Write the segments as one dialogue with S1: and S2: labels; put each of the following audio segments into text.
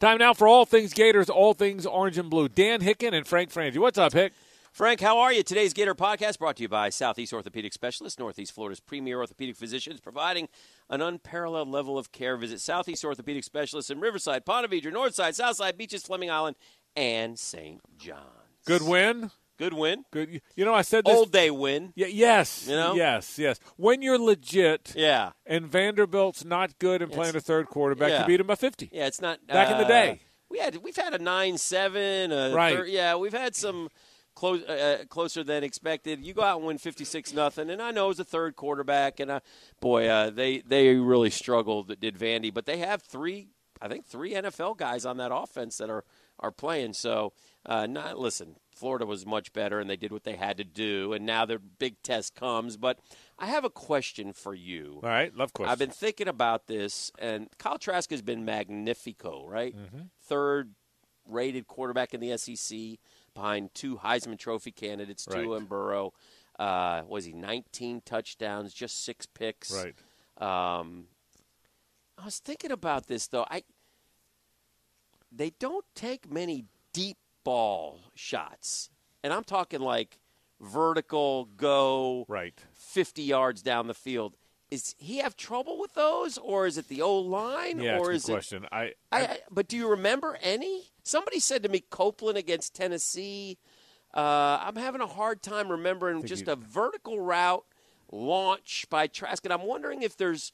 S1: Time now for all things Gators, all things orange and blue. Dan Hicken and Frank Frangie. What's up, Hick?
S2: Frank, how are you? Today's Gator podcast brought to you by Southeast Orthopedic Specialists, Northeast Florida's premier orthopedic physicians, providing an unparalleled level of care. Visit Southeast Orthopedic Specialists in Riverside, Ponte Vedra, Northside, Southside Beaches, Fleming Island, and St. John's.
S1: Good win.
S2: Good win.
S1: Good. You know, I said this.
S2: Old day win.
S1: Y- yes.
S2: You know?
S1: Yes. Yes. When you're legit
S2: Yeah.
S1: and Vanderbilt's not good and playing a third quarterback,
S2: yeah.
S1: you beat him by 50.
S2: Yeah, it's not
S1: Back in the
S2: uh,
S1: day.
S2: We had we've had a nine seven, a
S1: Right.
S2: thir- yeah, we've had some close uh, uh, closer than expected. You go out and win fifty six nothing, and I know it was a third quarterback, and I, boy, uh, they they really struggled. Did Vandy, but they have three, I think three NFL guys on that offense that are are playing. So, uh, not listen. Florida was much better, and they did what they had to do, and now their big test comes. But I have a question for you.
S1: All right. Love question.
S2: I've been thinking about this, and Kyle Trask has been magnifico, right?
S1: Mm-hmm.
S2: Third rated quarterback in the SEC behind two Heisman Trophy candidates, Tua
S1: Right.
S2: and Burrow. Uh, was he 19 touchdowns, just six picks?
S1: Right.
S2: Um, I was thinking about this though. I they don't take many deep ball shots, and I'm talking like vertical go
S1: Right.
S2: 50 yards down the field. Is he have trouble with those, or is it the O line,
S1: Yeah.
S2: or
S1: it's
S2: is
S1: a good question. I,
S2: it? I, I, but do you remember any? Somebody said to me Copeland against Tennessee. Uh, I'm having a hard time remembering just
S1: you-
S2: a vertical route launch by Trask, and I'm wondering if there's,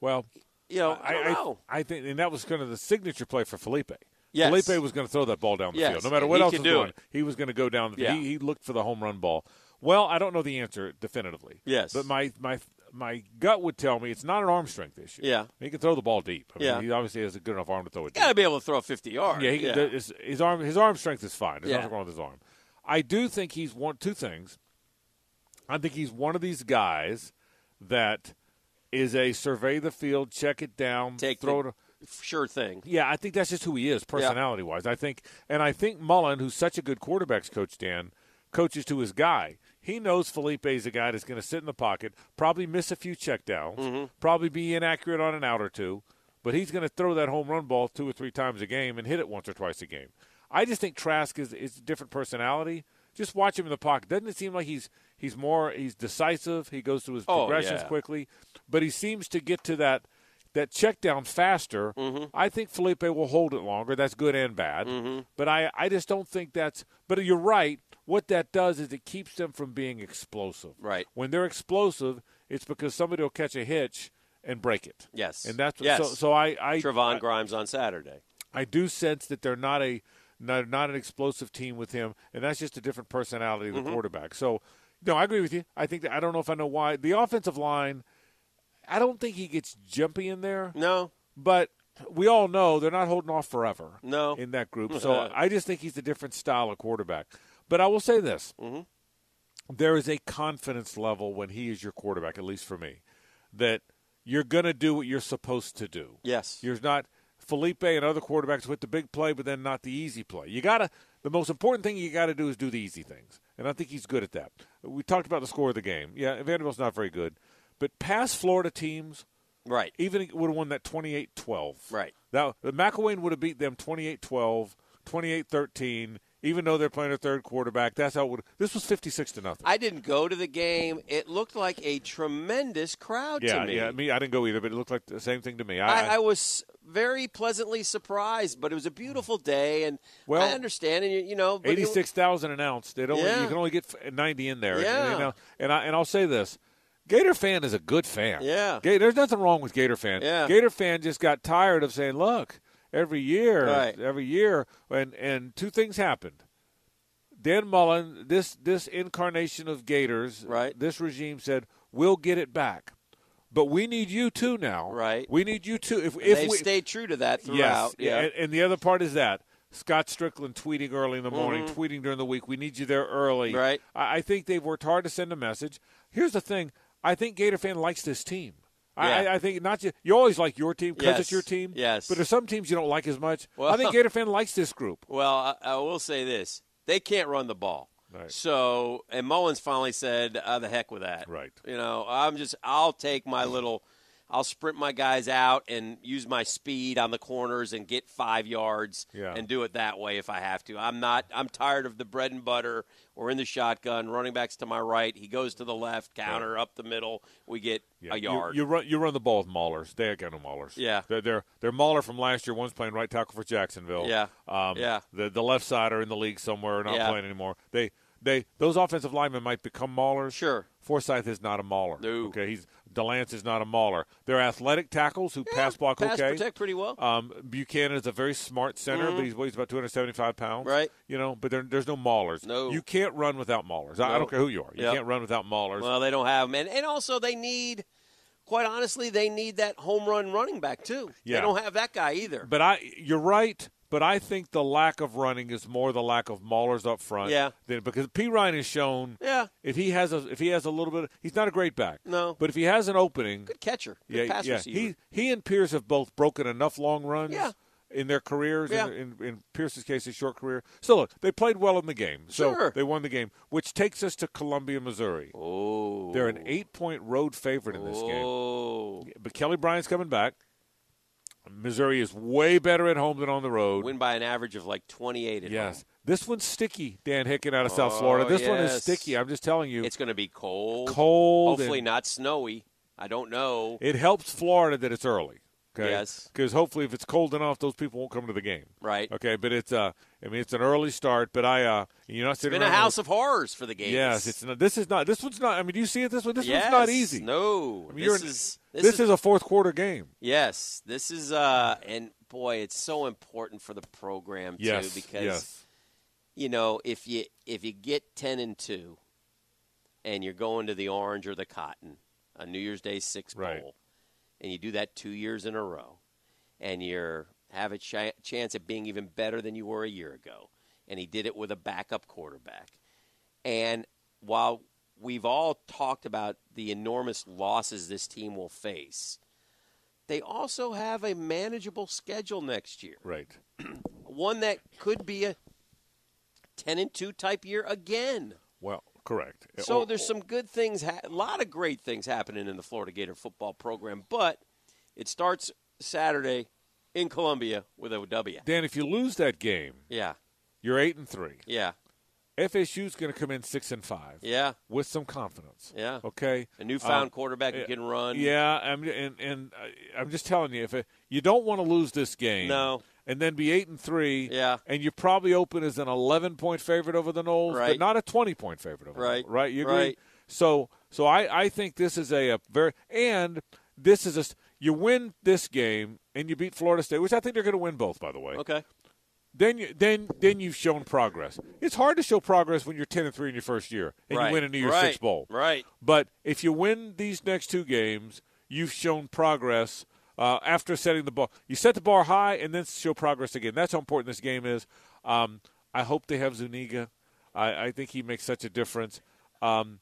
S1: well,
S2: you know, I,
S1: I,
S2: don't know.
S1: I, I think, and that was kind of the signature play for Felipe.
S2: Yes.
S1: Felipe was going to throw that ball down the
S2: Yes,
S1: field, no matter
S2: and
S1: what
S2: he
S1: else
S2: can
S1: was
S2: do
S1: going.
S2: it.
S1: He was going to go down.
S2: Yeah.
S1: He, he looked for the home run ball. Well, I don't know the answer definitively.
S2: Yes.
S1: but my my my gut would tell me it's not an arm strength issue.
S2: Yeah.
S1: he can throw the ball deep. I mean,
S2: Yeah.
S1: he obviously has a good enough arm to throw it.
S2: Got
S1: deep.
S2: to be able to throw 50 yards.
S1: Yeah, he can, do- His, his arm his arm strength is fine. There's
S2: Yeah.
S1: nothing wrong with his arm. I do think he's one two things. I think he's one of these guys that is a survey the field, check it down,
S2: Take
S1: throw
S2: the-
S1: it.
S2: sure thing.
S1: Yeah, I think that's just who he is, personality wise. I think, and I think Mullen, who's such a good quarterbacks coach, Dan, coaches to his guy. He knows Felipe's a guy that's going to sit in the pocket, probably miss a few checkdowns,
S2: Mm-hmm.
S1: probably be inaccurate on an out or two, but he's going to throw that home run ball two or three times a game and hit it once or twice a game. I just think Trask is is a different personality. Just watch him in the pocket. Doesn't it seem like he's he's more he's decisive? He goes through his
S2: Oh,
S1: progressions
S2: yeah.
S1: quickly, but he seems to get to that that check down faster,
S2: Mm-hmm.
S1: I think Felipe will hold it longer. That's good and bad. But I, I just don't think that's. But you're right. What that does is it keeps them from being explosive.
S2: Right.
S1: When they're explosive, it's because somebody will catch a hitch and break it.
S2: Yes.
S1: And that's
S2: Yes.
S1: so. So I, I
S2: Trevon Grimes on Saturday.
S1: I do sense that they're not a not, not an explosive team with him, and that's just a different personality of the quarterback. So, no, I agree with you. I think that, I don't know if I know why the offensive line. I don't think he gets jumpy in there,
S2: No,
S1: but we all know they're not holding off forever.
S2: No.
S1: in that group. So I just think he's a different style of quarterback. But I will say this: there is a confidence level when he is your quarterback, at least for me, that you're going to do what you're supposed to do.
S2: Yes.
S1: You're not Felipe and other quarterbacks with the big play, but then not the easy play. You gotta. The most important thing you got to do is do the easy things, and I think he's good at that. We talked about the score of the game. Yeah, Vanderbilt's not very good, but past Florida teams,
S2: right.
S1: even would have won that 28-12.
S2: Right.
S1: Now, McElwain would have beat them 28-12, 28-13, even though they're playing a third quarterback. That's how it would. This was 56 to nothing.
S2: I didn't go to the game. It looked like a tremendous crowd
S1: yeah,
S2: to me.
S1: yeah. Me, I didn't go either, but it looked like the same thing to me.
S2: I, I was very pleasantly surprised, but it was a beautiful day, and
S1: Well,
S2: I understand, and you, you know, but it-
S1: Eighty-six thousand an ounce. They don't.
S2: Yeah.
S1: You can only get f- ninety in there.
S2: Yeah.
S1: And, they know- and I and I'll say this: Gator fan is a good fan.
S2: Yeah.
S1: Ga- there's nothing wrong with Gator fan.
S2: Yeah.
S1: Gator fan just got tired of saying, "Look, every year,
S2: Right.
S1: every year," and and two things happened. Dan Mullen, this this incarnation of Gators,
S2: Right.
S1: This regime said, "We'll get it back." But we need you too now.
S2: Right.
S1: We need you too. If, if
S2: they've
S1: we,
S2: stayed true to that throughout.
S1: Yes.
S2: yeah,
S1: And, and the other part is that Scott Strickland tweeting early in the morning, tweeting during the week. We need you there early.
S2: Mm-hmm. Right.
S1: I, I think they've worked hard to send a message. Here's the thing: I think Gator fan likes this team. I,
S2: Yeah.
S1: I, I think not. Just, you always like your team because it's
S2: Yes.
S1: your team.
S2: Yes.
S1: But there's some teams you don't like as much. I
S2: Well-
S1: think Gator fan likes this group.
S2: Well, I, I will say this: they can't run the ball.
S1: Right.
S2: So, and Mullins finally said, uh, "The "Ah, heck with that."
S1: Right.
S2: You know, I'm just, I'll take my little I'll sprint my guys out and use my speed on the corners and get five yards
S1: Yeah.
S2: and do it that way if I have to. I'm not. I'm tired of the bread and butter. We're in the shotgun. Running backs to my right. He goes to the left. Counter up the middle. We get
S1: Yeah,
S2: a
S1: you-
S2: yard.
S1: You, run you run the ball with Maulers. They got no Maulers.
S2: Yeah.
S1: they're they're, they're Mauler from last year. One's playing right tackle for Jacksonville.
S2: Yeah.
S1: um,
S2: Yeah.
S1: The the left side are in the league somewhere, not
S2: Yeah.
S1: playing anymore. They they those offensive linemen might become Maulers.
S2: Sure.
S1: Forsyth is not a Mauler.
S2: No.
S1: Okay, he's Delance is not a Mauler. They're athletic tackles who pass block
S2: Pass
S1: okay.
S2: protect pretty well.
S1: Um, Buchanan is a very smart center, but he weighs about 275 pounds.
S2: Right.
S1: You know, but there, there's no maulers.
S2: No.
S1: You can't run without maulers. I, I
S2: No.
S1: don't care who you are. You
S2: Yep.
S1: can't run without maulers.
S2: Well, they don't have them, and, and also they need, quite honestly, they need that home run running back too.
S1: Yeah.
S2: They don't have that guy either.
S1: But I, you're right. But I think the lack of running is more the lack of maulers up front.
S2: Yeah.
S1: Than, because P Ryan has shown
S2: yeah,
S1: if he has a if he has a little bit, he's not a great back.
S2: No.
S1: But if he has an opening,
S2: good catcher, good
S1: yeah,
S2: pass
S1: yeah.
S2: receiver.
S1: He he and Pierce have both broken enough long runs.
S2: Yeah.
S1: In their careers,
S2: Yeah.
S1: in, in, in Pierce's case, his short career. So look, they played well in the game. So
S2: Sure.
S1: they won the game, which takes us to Columbia, Missouri.
S2: oh,
S1: They're an eight-point road favorite in this game.
S2: oh.
S1: But Kelly Bryant's coming back. Missouri is way better at home than on the road.
S2: Win by an average of like twenty-eight. At
S1: yes,
S2: home.
S1: this one's sticky. Dan Hicken out of South
S2: Oh,
S1: Florida. This one is
S2: yes.
S1: sticky. I'm just telling you,
S2: it's going to be cold.
S1: cold.
S2: Hopefully
S1: and-
S2: not snowy. I don't know.
S1: It helps Florida that it's early. Okay?
S2: Yes.
S1: Because hopefully, if it's cold enough, those people won't come to the game.
S2: Right.
S1: Okay, but it's uh, I mean, it's an early start. But I, uh, you're not
S2: It's
S1: sitting
S2: been a
S1: around
S2: house of horrors for the game.
S1: With, yes, it's not. This is not. This one's not. I mean, do you see it this way? This one's
S2: yes.
S1: not easy.
S2: No,
S1: I mean, you're
S2: this
S1: in-
S2: is
S1: This,
S2: this,
S1: is, a fourth quarter game.
S2: yes, this is uh, and boy, it's so important for the program
S1: Yes.
S2: too because
S1: yes.
S2: you know, if you if you get ten and two, and you're going to the Orange or the Cotton, a New Year's Day Six bowl,
S1: Right.
S2: and you do that two years in a row, and you're have a chi- chance at being even better than you were a year ago, and he did it with a backup quarterback, and while we've all talked about the enormous losses this team will face. They also have a manageable schedule next year
S1: Right.
S2: one that could be a 10 and 2 type year again.
S1: Well, correct. Oh,
S2: So
S1: Or-
S2: there's some good things, ha- a lot of great things happening in the Florida Gator football program, but it starts Saturday in Columbia with a W.
S1: Dan, if you lose that game,
S2: Yeah,
S1: you're eight and three.
S2: yeah,
S1: FSU's going to come in six and five
S2: yeah,
S1: with some confidence.
S2: yeah.
S1: Okay.
S2: A newfound
S1: Um,
S2: quarterback who
S1: yeah,
S2: can run.
S1: Yeah, I'm, and and I- I'm just telling you, if it, you don't want to lose this game,
S2: No.
S1: and then be eight and three,
S2: Yeah.
S1: and you're probably open as an 11 point favorite over the Knolls, but
S2: Right.
S1: not a 20 point favorite over the
S2: Right.
S1: Knolls, right? You agree?
S2: Right.
S1: So, so I, I think this is a, a very and this is a s- you win this game and you beat Florida State, which I think they're going to win both, by the way.
S2: Okay.
S1: Then you then then you've shown progress. It's hard to show progress when you're 10 and three in your first year and
S2: right.
S1: you win a New Year's
S2: right.
S1: Six bowl.
S2: Right.
S1: But if you win these next two games, you've shown progress uh, after setting the bar. You set the bar high and then show progress again. That's how important this game is. Um, I hope they have Zuniga. I, I think he makes such a difference. Um,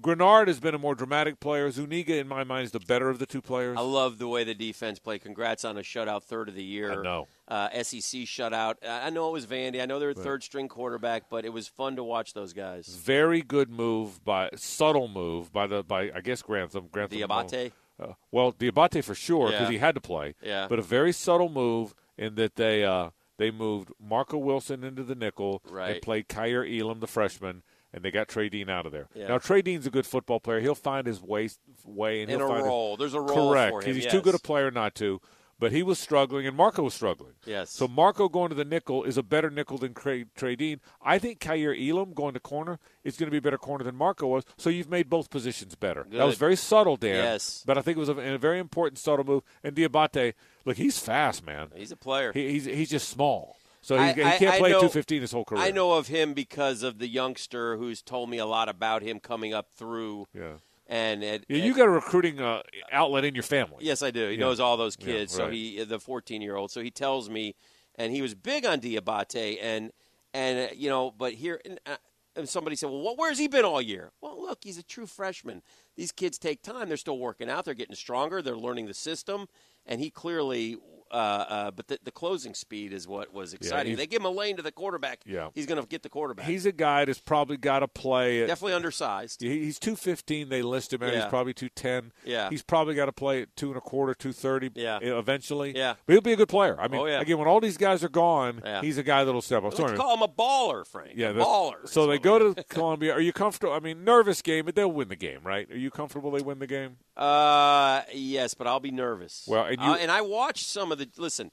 S1: Grenard has been a more dramatic player. Zuniga, in my mind, is the better of the two players.
S2: I love the way the defense played. Congrats on a shutout third of the year.
S1: I know.
S2: Uh, SEC shutout. I I know it was Vandy. I know they're a
S1: Right.
S2: third string quarterback, but it was fun to watch those guys.
S1: Very good move by subtle move by the by I guess Grantham. Grantham
S2: Diabate.
S1: Uh, well, Diabate for sure because
S2: Yeah.
S1: he had to play.
S2: Yeah.
S1: But a very subtle move in that they uh, they moved Marco Wilson into the nickel. They
S2: Right.
S1: played Kyer Elam, the freshman, and they got Trey Dean out of there.
S2: Yeah.
S1: Now Trey Dean's a good football player. He'll find his way way and
S2: in
S1: he'll
S2: a
S1: find his-
S2: role. There's a role
S1: correct
S2: for him.
S1: 'cause he's
S2: yes.
S1: too good a player not to. But he was struggling, and Marco was struggling.
S2: Yes.
S1: So Marco going to the nickel is a better nickel than Craig, Trey Dean. I think Kyer Elam going to corner is going to be a better corner than Marco was. So you've made both positions better. That was
S2: Good.
S1: very subtle, Dan.
S2: Yes.
S1: But I think it was a, a very important subtle move. And Diabate, look, he's fast, man.
S2: he's a player.
S1: He, he's he's just small, so he,
S2: I-
S1: he
S2: I-
S1: can't
S2: I
S1: play
S2: know-
S1: two fifteen his whole career.
S2: I know of him because of the youngster who's told me a lot about him coming up through.
S1: Yeah.
S2: And it,
S1: Yeah,
S2: it-
S1: you got a recruiting uh, outlet in your family.
S2: yes, I do. He
S1: Yeah.
S2: knows all those
S1: Yeah,
S2: kids. So
S1: right.
S2: he, the 14 year old. So he tells me, and he was big on Diabate, and and uh, you know, but here. And, uh, and somebody said, "Well, what, where's he been all year?" Well, look, he's a true freshman. These kids take time. They're still working out. They're getting stronger. They're learning the system, and he clearly uh, uh, but the, the, closing speed is what was exciting. Yeah, they give him a lane to the quarterback.
S1: Yeah.
S2: he's going to get the quarterback.
S1: He's a guy that's probably got to play. At,
S2: Definitely undersized.
S1: He's two fifteen. They list him at.
S2: Yeah.
S1: He's probably two ten.
S2: Yeah,
S1: he's probably got to play at two and a quarter, two thirty. e,
S2: Yeah.
S1: eventually.
S2: Yeah.
S1: but he'll be a good player. I mean,
S2: Oh, yeah.
S1: again, when all these guys are gone,
S2: Yeah.
S1: he's a guy that'll step up.
S2: Let's
S1: Sorry.
S2: call him a baller, Frank.
S1: yeah,
S2: a
S1: that's-
S2: baller.
S1: So
S2: is
S1: they
S2: what
S1: go
S2: we-
S1: to Columbia. Are you comfortable? I mean, nervous game, but they'll win the game, right? Are you comfortable they win the game?
S2: Uh, yes, but I'll be nervous.
S1: Well, and you-
S2: Uh, and I watched some of the listen,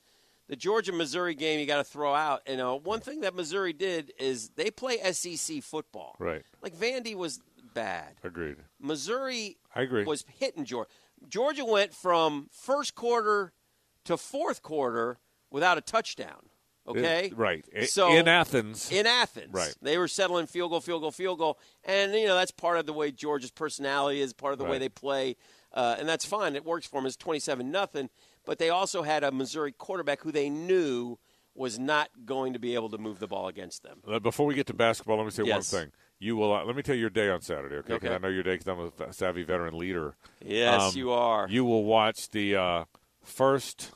S2: the Georgia Missouri game. You got to throw out. And uh, one thing that Missouri did is they play SEC football.
S1: Right.
S2: Like Vandy was bad.
S1: Agreed.
S2: Missouri
S1: I agree.
S2: was hitting Georgia. Georgia went from first quarter to fourth quarter without a touchdown. Okay.
S1: right. I-
S2: So
S1: in Athens,
S2: in Athens.
S1: Right.
S2: They were settling field goal, field goal, field goal, and you know that's part of the way Georgia's personality is, part of the way
S1: Right.
S2: they play, uh, and that's fine. It works for them. It's twenty-seven nothing, but they also had a Missouri quarterback who they knew was not going to be able to move the ball against them.
S1: Uh, Before we get to basketball, let me say
S2: Yes.
S1: one thing. You will. Uh, let me tell you your day on Saturday, okay? Because
S2: Okay.
S1: I know your day because I'm a fa- savvy veteran leader.
S2: Yes,
S1: Um,
S2: you are.
S1: You will watch the uh, first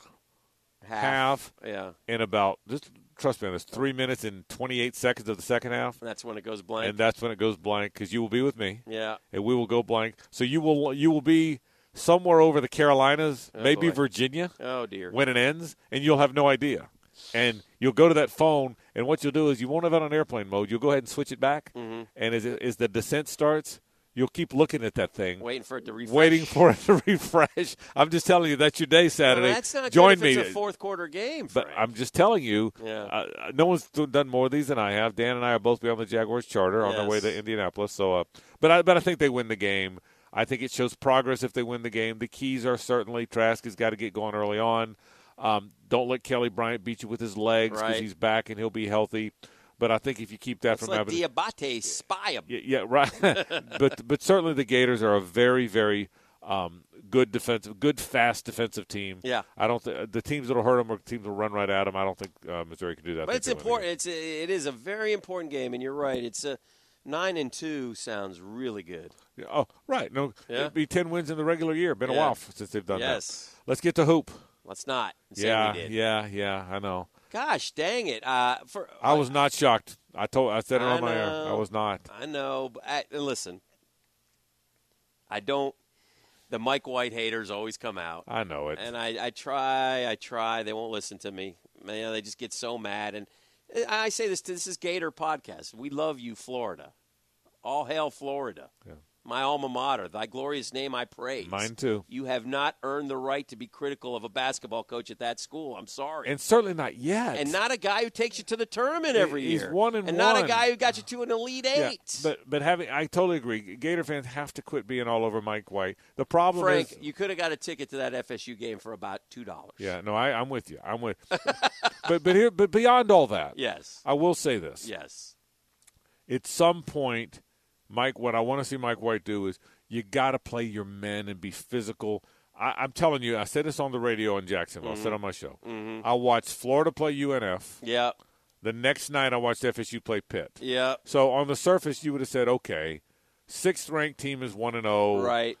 S1: half.
S2: Yeah,
S1: in about just trust me on this three minutes and 28 seconds of the second half,
S2: and that's when it goes blank.
S1: and that's when it goes blank because you will be with me,
S2: yeah,
S1: and we will go blank. So you will you will be somewhere over the Carolinas, maybe
S2: boy.
S1: Virginia.
S2: Oh dear.
S1: when it ends, and you'll have no idea. And you'll go to that phone, and what you'll do is you won't have it on airplane mode. You'll go ahead and switch it back,
S2: Mm-hmm.
S1: and as, it, as the descent starts, you'll keep looking at that thing,
S2: waiting for it to refresh.
S1: waiting for it to refresh. I'm just telling you, that's your day
S2: Well,
S1: Saturday.
S2: that's not
S1: Join
S2: good if
S1: me.
S2: It's a fourth quarter game.
S1: but
S2: Frank.
S1: I'm just telling you,
S2: Yeah.
S1: uh, uh, no one's do- done more of these than I have. Dan and I are both beyond the Jaguars charter on their way
S2: Yes.
S1: to Indianapolis. So, uh, but I, but I think they win the game. I think it shows progress if they win the game. The keys are certainly Trask has got to get going early on. Um, don't let Kelly Bryant beat you with his legs because
S2: Right.
S1: he's back and he'll be healthy. But I think if you keep that
S2: it's
S1: from
S2: like
S1: happening,
S2: Diabate spy him.
S1: yeah, yeah, right. but but certainly the Gators are a very very um, good defensive, good fast defensive team.
S2: Yeah.
S1: I don't think the teams that'll hurt them are teams that'll run right at them. I don't think uh, Missouri can do that. I
S2: But
S1: think
S2: it's
S1: they win the
S2: important. It's a, it is a very important game, and you're right. It's a nine and two sounds really good.
S1: game. Oh, right. No,
S2: Yeah.
S1: it'd be ten wins in the regular year. Been a
S2: Yeah.
S1: while f- since they've done
S2: Yes.
S1: that. Let's get to hoop.
S2: Let's not say
S1: Yeah,
S2: we did.
S1: yeah, yeah. I know.
S2: Gosh, dang it! Uh, for
S1: I was not shocked. I told. I said it
S2: I
S1: on my air.
S2: know.
S1: I was not.
S2: I know. But I, and listen, I don't. The Mike White haters always come out,
S1: I know it.
S2: and I, I try, I try. They won't listen to me. Man, they just get so mad. And uh, I say this: this is Gator podcast. We love you, Florida. All hail Florida,
S1: Yeah.
S2: my alma mater. Thy glorious name I praise.
S1: Mine too.
S2: You have not earned the right to be critical of a basketball coach at that school. I'm sorry.
S1: And certainly not yet.
S2: And not a guy who takes you to the tournament every
S1: He's
S2: year.
S1: one and
S2: not
S1: one.
S2: a guy who got you to an Elite Eight.
S1: but but having I totally agree. Gator fans have to quit being all over Mike White. The problem
S2: Frank,
S1: is
S2: you could have got a ticket to that FSU game for about two dollars.
S1: Yeah, no, I, I'm with you. I'm with. but but here, but beyond all that,
S2: Yes.
S1: I will say this:
S2: Yes.
S1: at some point, Mike, what I want to see Mike White do is you got to play your men and be physical. I, I'm telling you, I said this on the radio in Jacksonville. I said
S2: Mm-hmm.
S1: on my show. I watched Florida play UNF.
S2: Yeah.
S1: The next night, I watched FSU play Pitt.
S2: Yeah.
S1: So on the surface, you would have said, okay, sixth ranked team is one and oh. zero.
S2: Right.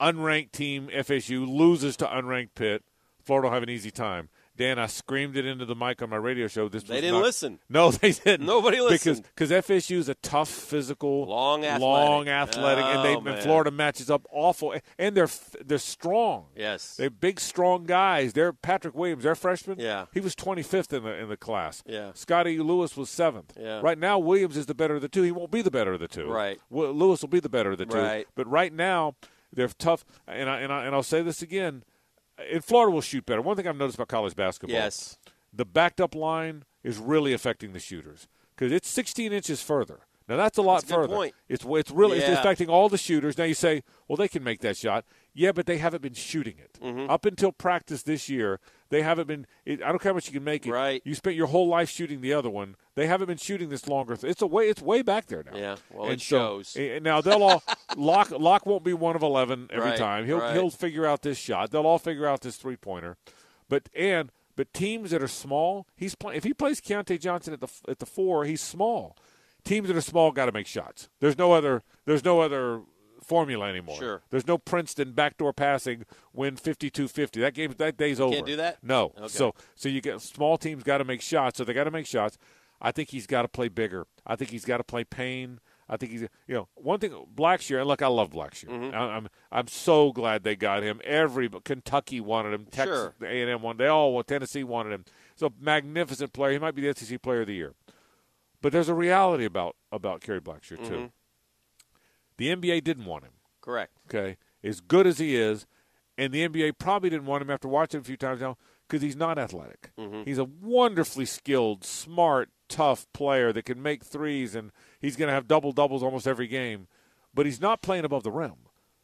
S1: unranked team FSU loses to unranked Pitt, Florida will have an easy time. Dan, I screamed it into the mic on my radio show. This
S2: They
S1: was
S2: didn't
S1: not-
S2: listen.
S1: No, they didn't.
S2: Nobody listened.
S1: because because FSU is a tough, physical,
S2: Long athletic.
S1: long athletic, and
S2: Oh,
S1: they
S2: man.
S1: and Florida matches up awful, and they're f- they're strong.
S2: Yes.
S1: They're big, strong guys. They're Patrick Williams, their freshman.
S2: Yeah.
S1: he was 25th in the in the class.
S2: Yeah.
S1: Scotty Lewis was seventh.
S2: Yeah.
S1: Right now, Williams is the better of the two. He won't be the better of the two.
S2: Right.
S1: Wi- Lewis will be the better of the two.
S2: Right.
S1: But right now, they're tough. And I and I and I'll say this again. In Florida, will shoot better. One thing I've noticed about college basketball
S2: yes.
S1: the backed up line is really affecting the shooters because it's 16 inches further. Now that's a lot
S2: That's a good
S1: further.
S2: point.
S1: It's it's really it's
S2: Yeah.
S1: affecting all the shooters. Now you say, well, they can make that shot. Yeah, but they haven't been shooting it
S2: Mm-hmm.
S1: up until practice this year. They haven't been. It, I don't care how much you can make it.
S2: Right.
S1: You spent your whole life shooting the other one. They haven't been shooting this longer. It's a way. It's way back there now.
S2: Yeah, well, it
S1: so-
S2: shows.
S1: and now they'll all lock. Lock won't be one of eleven every
S2: Right,
S1: time. He'll
S2: right.
S1: he'll figure out this shot. They'll all figure out this three pointer. But and but teams that are small, he's playing. If he plays Keontae Johnson at the f- at the four, he's small. Teams that are small got to make shots. There's no other. There's no other formula anymore.
S2: Sure.
S1: There's no Princeton backdoor passing win 52-50. That game that day's over.
S2: do that?
S1: No.
S2: Okay.
S1: So so you get small teams got to make shots, so they got to make shots. I think he's got to play bigger. I think he's got to play pain. I think he's you know one thing Blackshear and look I love Blackshear. I, I'm I'm so glad they got him. Every Kentucky wanted him. Texas
S2: Sure.
S1: A and M wanted. They all want Tennessee wanted him. So magnificent player. He might be the SEC player of the year. But there's a reality about about Kerry Blackshear too. The NBA didn't want him.
S2: Correct.
S1: Okay, as good as he is, and the NBA probably didn't want him after watching him a few times now because he's not athletic. He's a wonderfully skilled, smart, tough player that can make threes, and he's going to have double doubles almost every game. But he's not playing above the rim.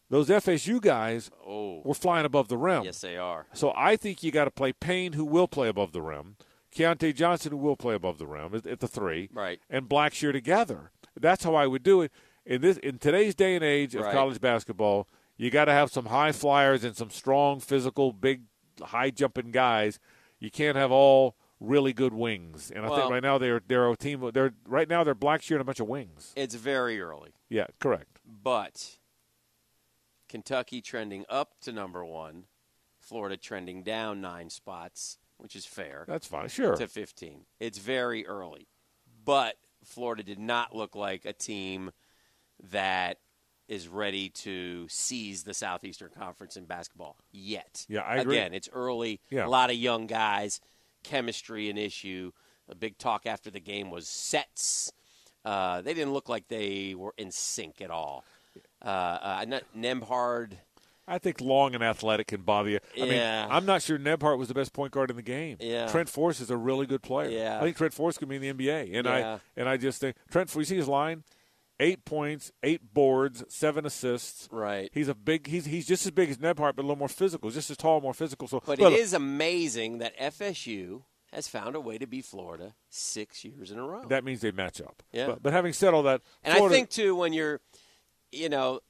S1: Those FSU guys
S2: Oh,
S1: were flying above the rim.
S2: yes, they are.
S1: So I think you got to play Payne, who will play above the rim, Keontae Johnson, who will play above the rim at, at the three,
S2: Right.
S1: and Blackshear together. That's how I would do it in this in today's day and age of
S2: Right.
S1: college basketball. You got to have some high flyers and some strong, physical, big, high jumping guys. You can't have all really good wings. And I
S2: Well-
S1: think right now they're they're a team. They're right now they're Blackshear and a bunch of wings.
S2: It's very early,
S1: Yeah, correct.
S2: but Kentucky trending up to number one, Florida trending down nine spots, which is fair.
S1: That's fine. Sure.
S2: to 15. It's very early, but Florida did not look like a team that is ready to seize the Southeastern Conference in basketball yet.
S1: Yeah, I agree.
S2: Again, it's early.
S1: Yeah.
S2: A lot of young guys, chemistry an issue. A big talk after the game was sets. Uh, they didn't look like they were in sync at all. Uh, uh, not Nemhard.
S1: I think long and athletic can bother you. I
S2: Yeah.
S1: mean, I'm not sure Nebhart was the best point guard in the game.
S2: Yeah.
S1: Trent Force is a really good player.
S2: Yeah.
S1: I think Trent Force could be in the NBA. And
S2: Yeah.
S1: I and I just think Trent you see his line? Eight points, eight boards, seven assists.
S2: Right.
S1: He's a big he's he's just as big as Nebhart, but a little more physical, just as tall, more physical. So
S2: But
S1: look,
S2: it is amazing that FSU has found a way to beat Florida six years in a row.
S1: that means they match up.
S2: Yeah.
S1: But, but having said all that,
S2: and
S1: Florida-
S2: I think too when you're, you know,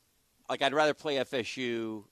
S2: like I'd rather play FSU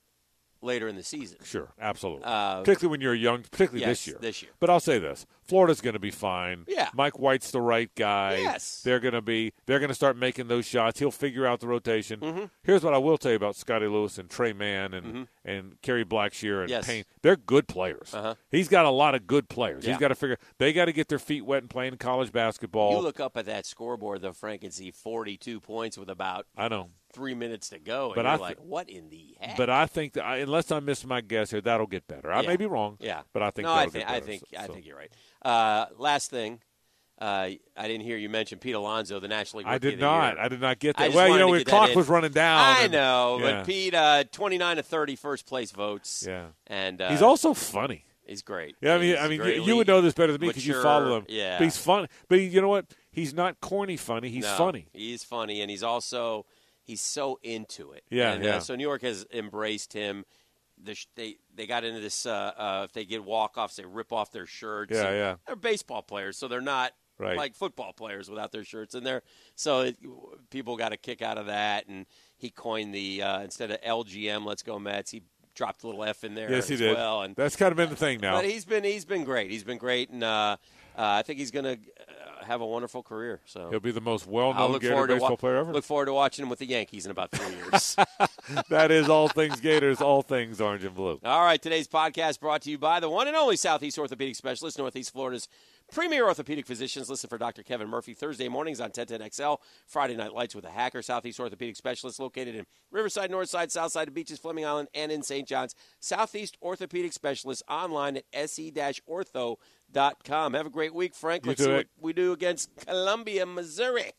S2: later in the season.
S1: Sure, absolutely.
S2: Uh,
S1: particularly when you're young, particularly
S2: yes,
S1: this year.
S2: this year.
S1: But I'll say this: Florida's going to be fine.
S2: Yeah.
S1: Mike White's the right guy.
S2: Yes.
S1: They're going to be. They're going to start making those shots. He'll figure out the rotation.
S2: Mm-hmm.
S1: Here's what I will tell you about Scotty Lewis and Trey Mann and and Kerry Blackshear and
S2: Yes.
S1: Payne. They're good players.
S2: Uh-huh.
S1: He's got a lot of good players.
S2: Yeah.
S1: He's got to figure. They got to get their feet wet and playing college basketball.
S2: You look up at that scoreboard, though, Frank, and see 42 points with about
S1: I know.
S2: three minutes to go, and
S1: But
S2: you're
S1: I thi-
S2: like, "What in the heck?"
S1: But I think that I, unless I miss my guess here, that'll get better. I
S2: Yeah.
S1: may be wrong.
S2: yeah,
S1: But I think
S2: no, I
S1: that'll
S2: think
S1: get
S2: I
S1: better.
S2: think
S1: So-
S2: I
S1: so-
S2: think you're right. Uh, last thing, uh, I didn't hear you mention Pete Alonso, the National League.
S1: I
S2: Rookie
S1: did
S2: of the year.
S1: not. I did not get
S2: I
S1: that.
S2: just
S1: Well, you
S2: wanted to
S1: know,
S2: get
S1: the
S2: that
S1: clock
S2: in.
S1: was running down.
S2: I
S1: and-
S2: know,
S1: yeah.
S2: but Pete, uh, 29 to 30 first place votes.
S1: Yeah.
S2: And uh,
S1: he's also funny.
S2: he's great.
S1: Yeah, I
S2: He's
S1: mean, I mean,
S2: great
S1: you, you
S2: league.
S1: would know this better than me because you
S2: Mature,
S1: follow him.
S2: yeah.
S1: but he's funny. But he- you know what? He's not corny funny. He's
S2: No,
S1: funny.
S2: He's funny, and he's also he's so into it.
S1: Yeah,
S2: and,
S1: yeah.
S2: Uh, so New York has embraced him. The sh- they they got into this. Uh, uh, if they get walk offs, they rip off their shirts.
S1: Yeah,
S2: And
S1: yeah.
S2: They're baseball players, so they're not
S1: Right.
S2: like football players without their shirts in there. So it, people got a kick out of that, and he coined the uh, instead of LGM, let's go Mets. He dropped a little F in there
S1: Yes, he
S2: as
S1: did.
S2: well, and
S1: That's kind of been the thing now.
S2: but he's been he's been great. He's been great, and uh, uh, I think he's going to uh, have a wonderful career. So
S1: He'll be the most well-known
S2: I'll look
S1: Gator
S2: forward to
S1: baseball
S2: wa-
S1: player ever.
S2: look forward to watching him with the Yankees in about three years.
S1: that is all things Gators, all things orange and blue.
S2: All right, today's podcast brought to you by the one and only Southeast Orthopedic Specialist, Northeast Florida's premier orthopedic physicians. Listen for Dr. Kevin Murphy Thursday mornings on 1010XL, Friday Night Lights with a Hacker, Southeast Orthopedic Specialist located in Riverside, Northside, Southside of Beaches, Fleming Island, and in St. John's. Southeast Orthopedic Specialist online at E se-ortho.com. Have a great week, Frank. Let's
S1: too,
S2: see what
S1: Rick.
S2: we do against Columbia, Missouri.